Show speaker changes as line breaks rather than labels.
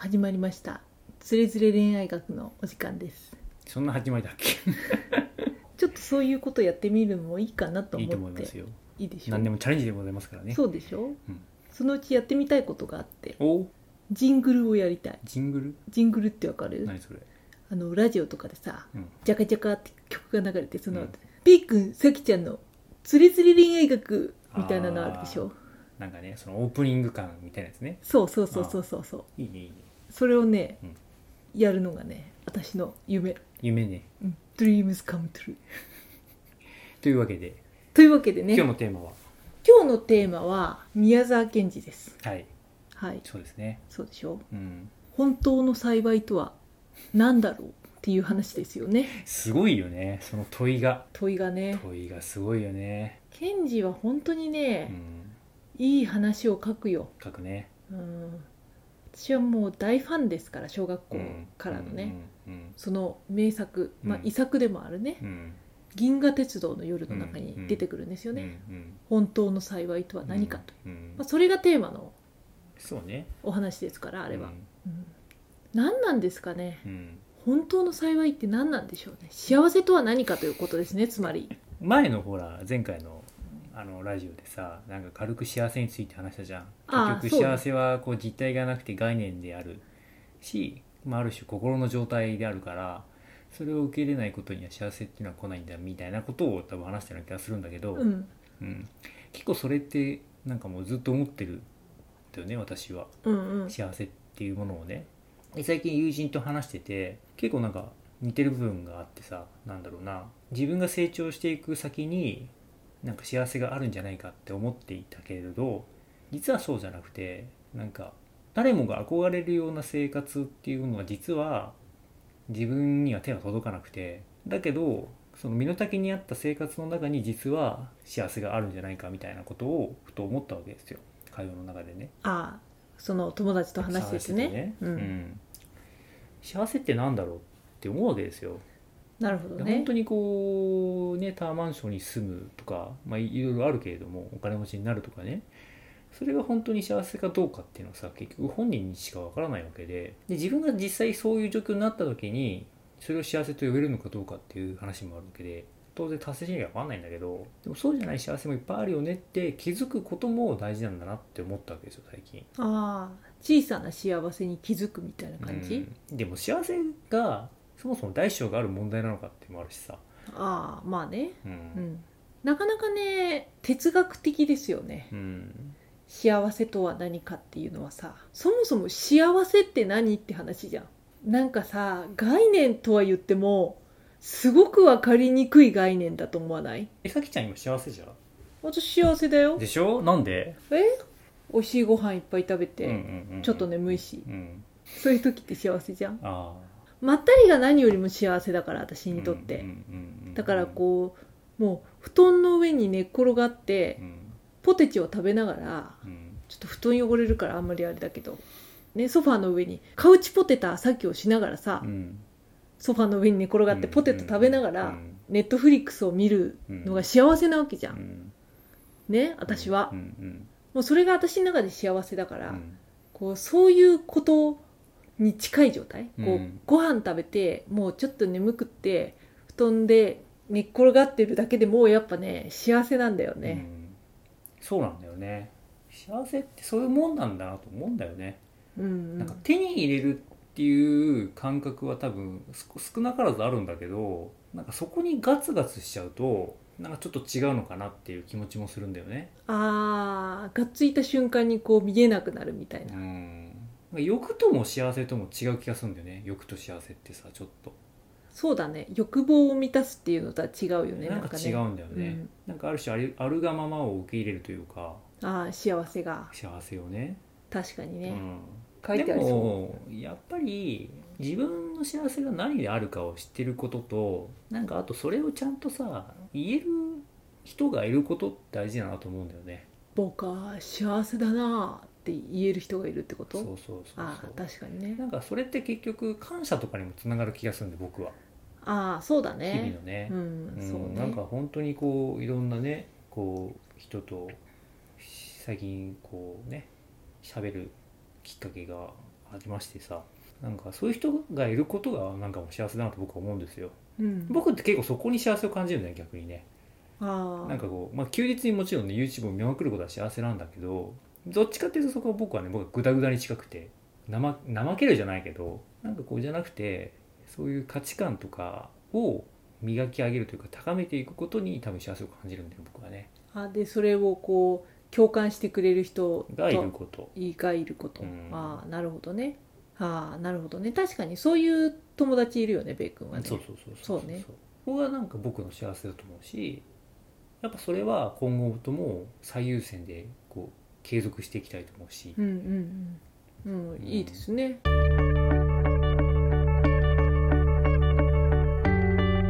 始まりましたつれづれ恋愛学のお時間です
そんな始まりだっけ
ちょっとそういうことやってみるのもいいかなと
い
思
いと思
っ
い
てい
ますよ
いでしょ
何でもチャレンジでございますからね
そうでしょ、
うん
そのうちやってみたいことがあって
お
ジングルをやりたい
ジングル
ジングルってわかる
何それ
あのラジオとかでさ、
うん
ジャカジャカって曲が流れてその、
うん
ピー君さきちゃんのつれつれ恋愛学みたいなのあるでしょ
なんかねそのオープニング感みたいなやつね
そうそうそうそうそうそう
いいねいいね
それをね、
うん
やるのがね私の夢、
夢ね
うん、Dreams come true
というわけで
というわけでね
今日のテーマは
今日のテーマは宮沢賢治です
はい
はい
そうですね
そうでしょ
うん
本当の幸いとは何だろうっていう話ですよね
すごいよねその問いが
問いがね
問いがすごいよね
賢治は本当に
う
ね、
ん
いい話を書くよ
書くね
うん私はもう大ファンですから小学校からのね、
うんうん
その名作、まあ
う、ん
遺作でもあるね
うんうん
「銀河鉄道の夜」の中に出てくるんですよね、
うんうん
本当の幸いとは何かと、
うんうん
まあ、それがテーマの
そうね
お話ですからあれは、
う
う
ん
ん何なんですかね
うん
本当の幸いって何なんでしょうね幸せとは何かということですねつまり
前のほら前回のあのラジオでさなんか軽く幸せについて話したじゃ
ああ
ん結
そう
局
ね
幸せはこう実体がなくて概念であるし、まあ、ある種心の状態であるからそれを受け入れないことには幸せっていうのは来ないんだみたいなことを多分話したような気がするんだけど、
うん
うん結構それってなんかもうずっと思ってるんだよね私は
うんうん
幸せっていうものをねで最近友人と話してて結構なんか似てる部分があってさなんだろうな自分が成長していく先になんか幸せがあるんじゃないかって思っていたけれど実はそうじゃなくてなんか誰もが憧れるような生活っていうのは実は自分には手が届かなくてだけどその身の丈に合った生活の中に実は幸せがあるんじゃないかみたいなことをふと思ったわけですよ会話の中でね。
ああその友達と話しててね
う
うんん
幸せってなんだろうって思うわけですよ、
なるほど
で
ね
本当にこうねタワーマンションに住むとか、まあ、いろいろあるけれどもお金持ちになるとかねそれが本当に幸せかどうかっていうのはさ結局本人にしかわからないわけでで自分が実際そういう状況になった時にそれを幸せと呼べるのかどうかっていう話もあるわけで当然達成には分かんないんだけどでもそうじゃない幸せもいっぱいあるよねって気づくことも大事なんだなって思ったわけですよ最近。
ああ小さな幸せに気づくみたいな感じ、
うんでも幸せがそもそも大小がある問題なのかっていうのもあるしさ、
ああまあね
う
うんんなかなかね哲学的ですよね
うん
幸せとは何かっていうのはさそもそも幸せって何って話じゃんなんかさ概念とは言ってもすごく分かりにくい概念だと思わない
えさきちゃん今幸せじゃん
私幸せだよ
でしょなんで、
え美味しいご飯いっぱい食べて、
うんうんうん
ちょっと眠いし
うん、
そういう時って幸せじゃん
あ
まったりが何よりも幸せだから私
ー
にとって、
うんうんうん
だからこうもう布団の上に寝っ転がって
ん
ポテチを食べながら
うん
ちょっと布団汚れるからあんまりあれだけど、ね、ソファーの上にカウチポテタさっきをしながらさ、
うん
ソファーの上に寝転がってポテト食べながら、
うん
ネットフリックスを見るのが幸せなわけじゃん、
うん
ね私は、
うんうん
もうそれが私の中で幸せだから、
うん
こうそういうことに近い状態、こ
う
うんご飯食べてもうちょっと眠くって布団で寝っ転がってるだけでもうやっぱね幸せなんだよ
う
ね、
んそうなんだよね幸せってそういうもんなんだなと思うんだよね
うんうん
なんか手に入れるっていう感覚は多分少少なからずあるんだけどなんかそこにガツガツしちゃうとなんかちょっと違うのかなっていう気持ちもするんだよね。
あーがっついた瞬間にこう見えなくなるみたいな
うんなんか欲とも幸せとも違う気がするんだよね欲と幸せってさちょっと、
そうだね欲望を満たすっていうのとは違うよね
なんか
ね
違うんだよ
う
ね
ん
なんかある種ありあるがままを受け入れるというか
ああ幸せが
幸せをね
確かに
う
ね、
ん、
書いてあり
で
そ
もやっぱり自分の幸せが何であるかを知ってることとなんかあとそれをちゃんとさ言える人がいることって大事だなと思うんだよね
う僕は幸せだなーって言える人がいるってこと
そうそうそうそう
ああ確かにね
なんかそれって結局感謝とかにもつながる気がするんで僕は
ああそうだ
日々
ね
のね,、
うん、そうね
なんか本当にこういろんなねこう人と最近こうね喋るきっかけがありましてさなんかそういう人がいることがなんかもう幸せだなと僕は思うんですよ
うん、
僕って結構そこに幸せを感じるんだよ逆にね
あ
な
あ
んかこう、まあ、休日にもちろんね YouTube を見まくることは幸せなんだけどどっちかっていうとそこは僕はね僕はグダグダに近くて怠怠けるじゃないけどなんかこうじゃなくてそういう価値観とかを磨き上げるというか高めていくことに多分幸せを感じるんだよ僕はね
あでそれをこう共感してくれる人
がいる
と
こと
いいがいること、
うん
ああなるほどねああなるほどね確かにそういう友達いるよねベイ君はね
そうそうそうそう
そうね
ここがなんか僕の幸せだと思うしやっぱそれは今後とも最優先でこう継続していきたいと思うし、
うんうんうんうんいいですね、
う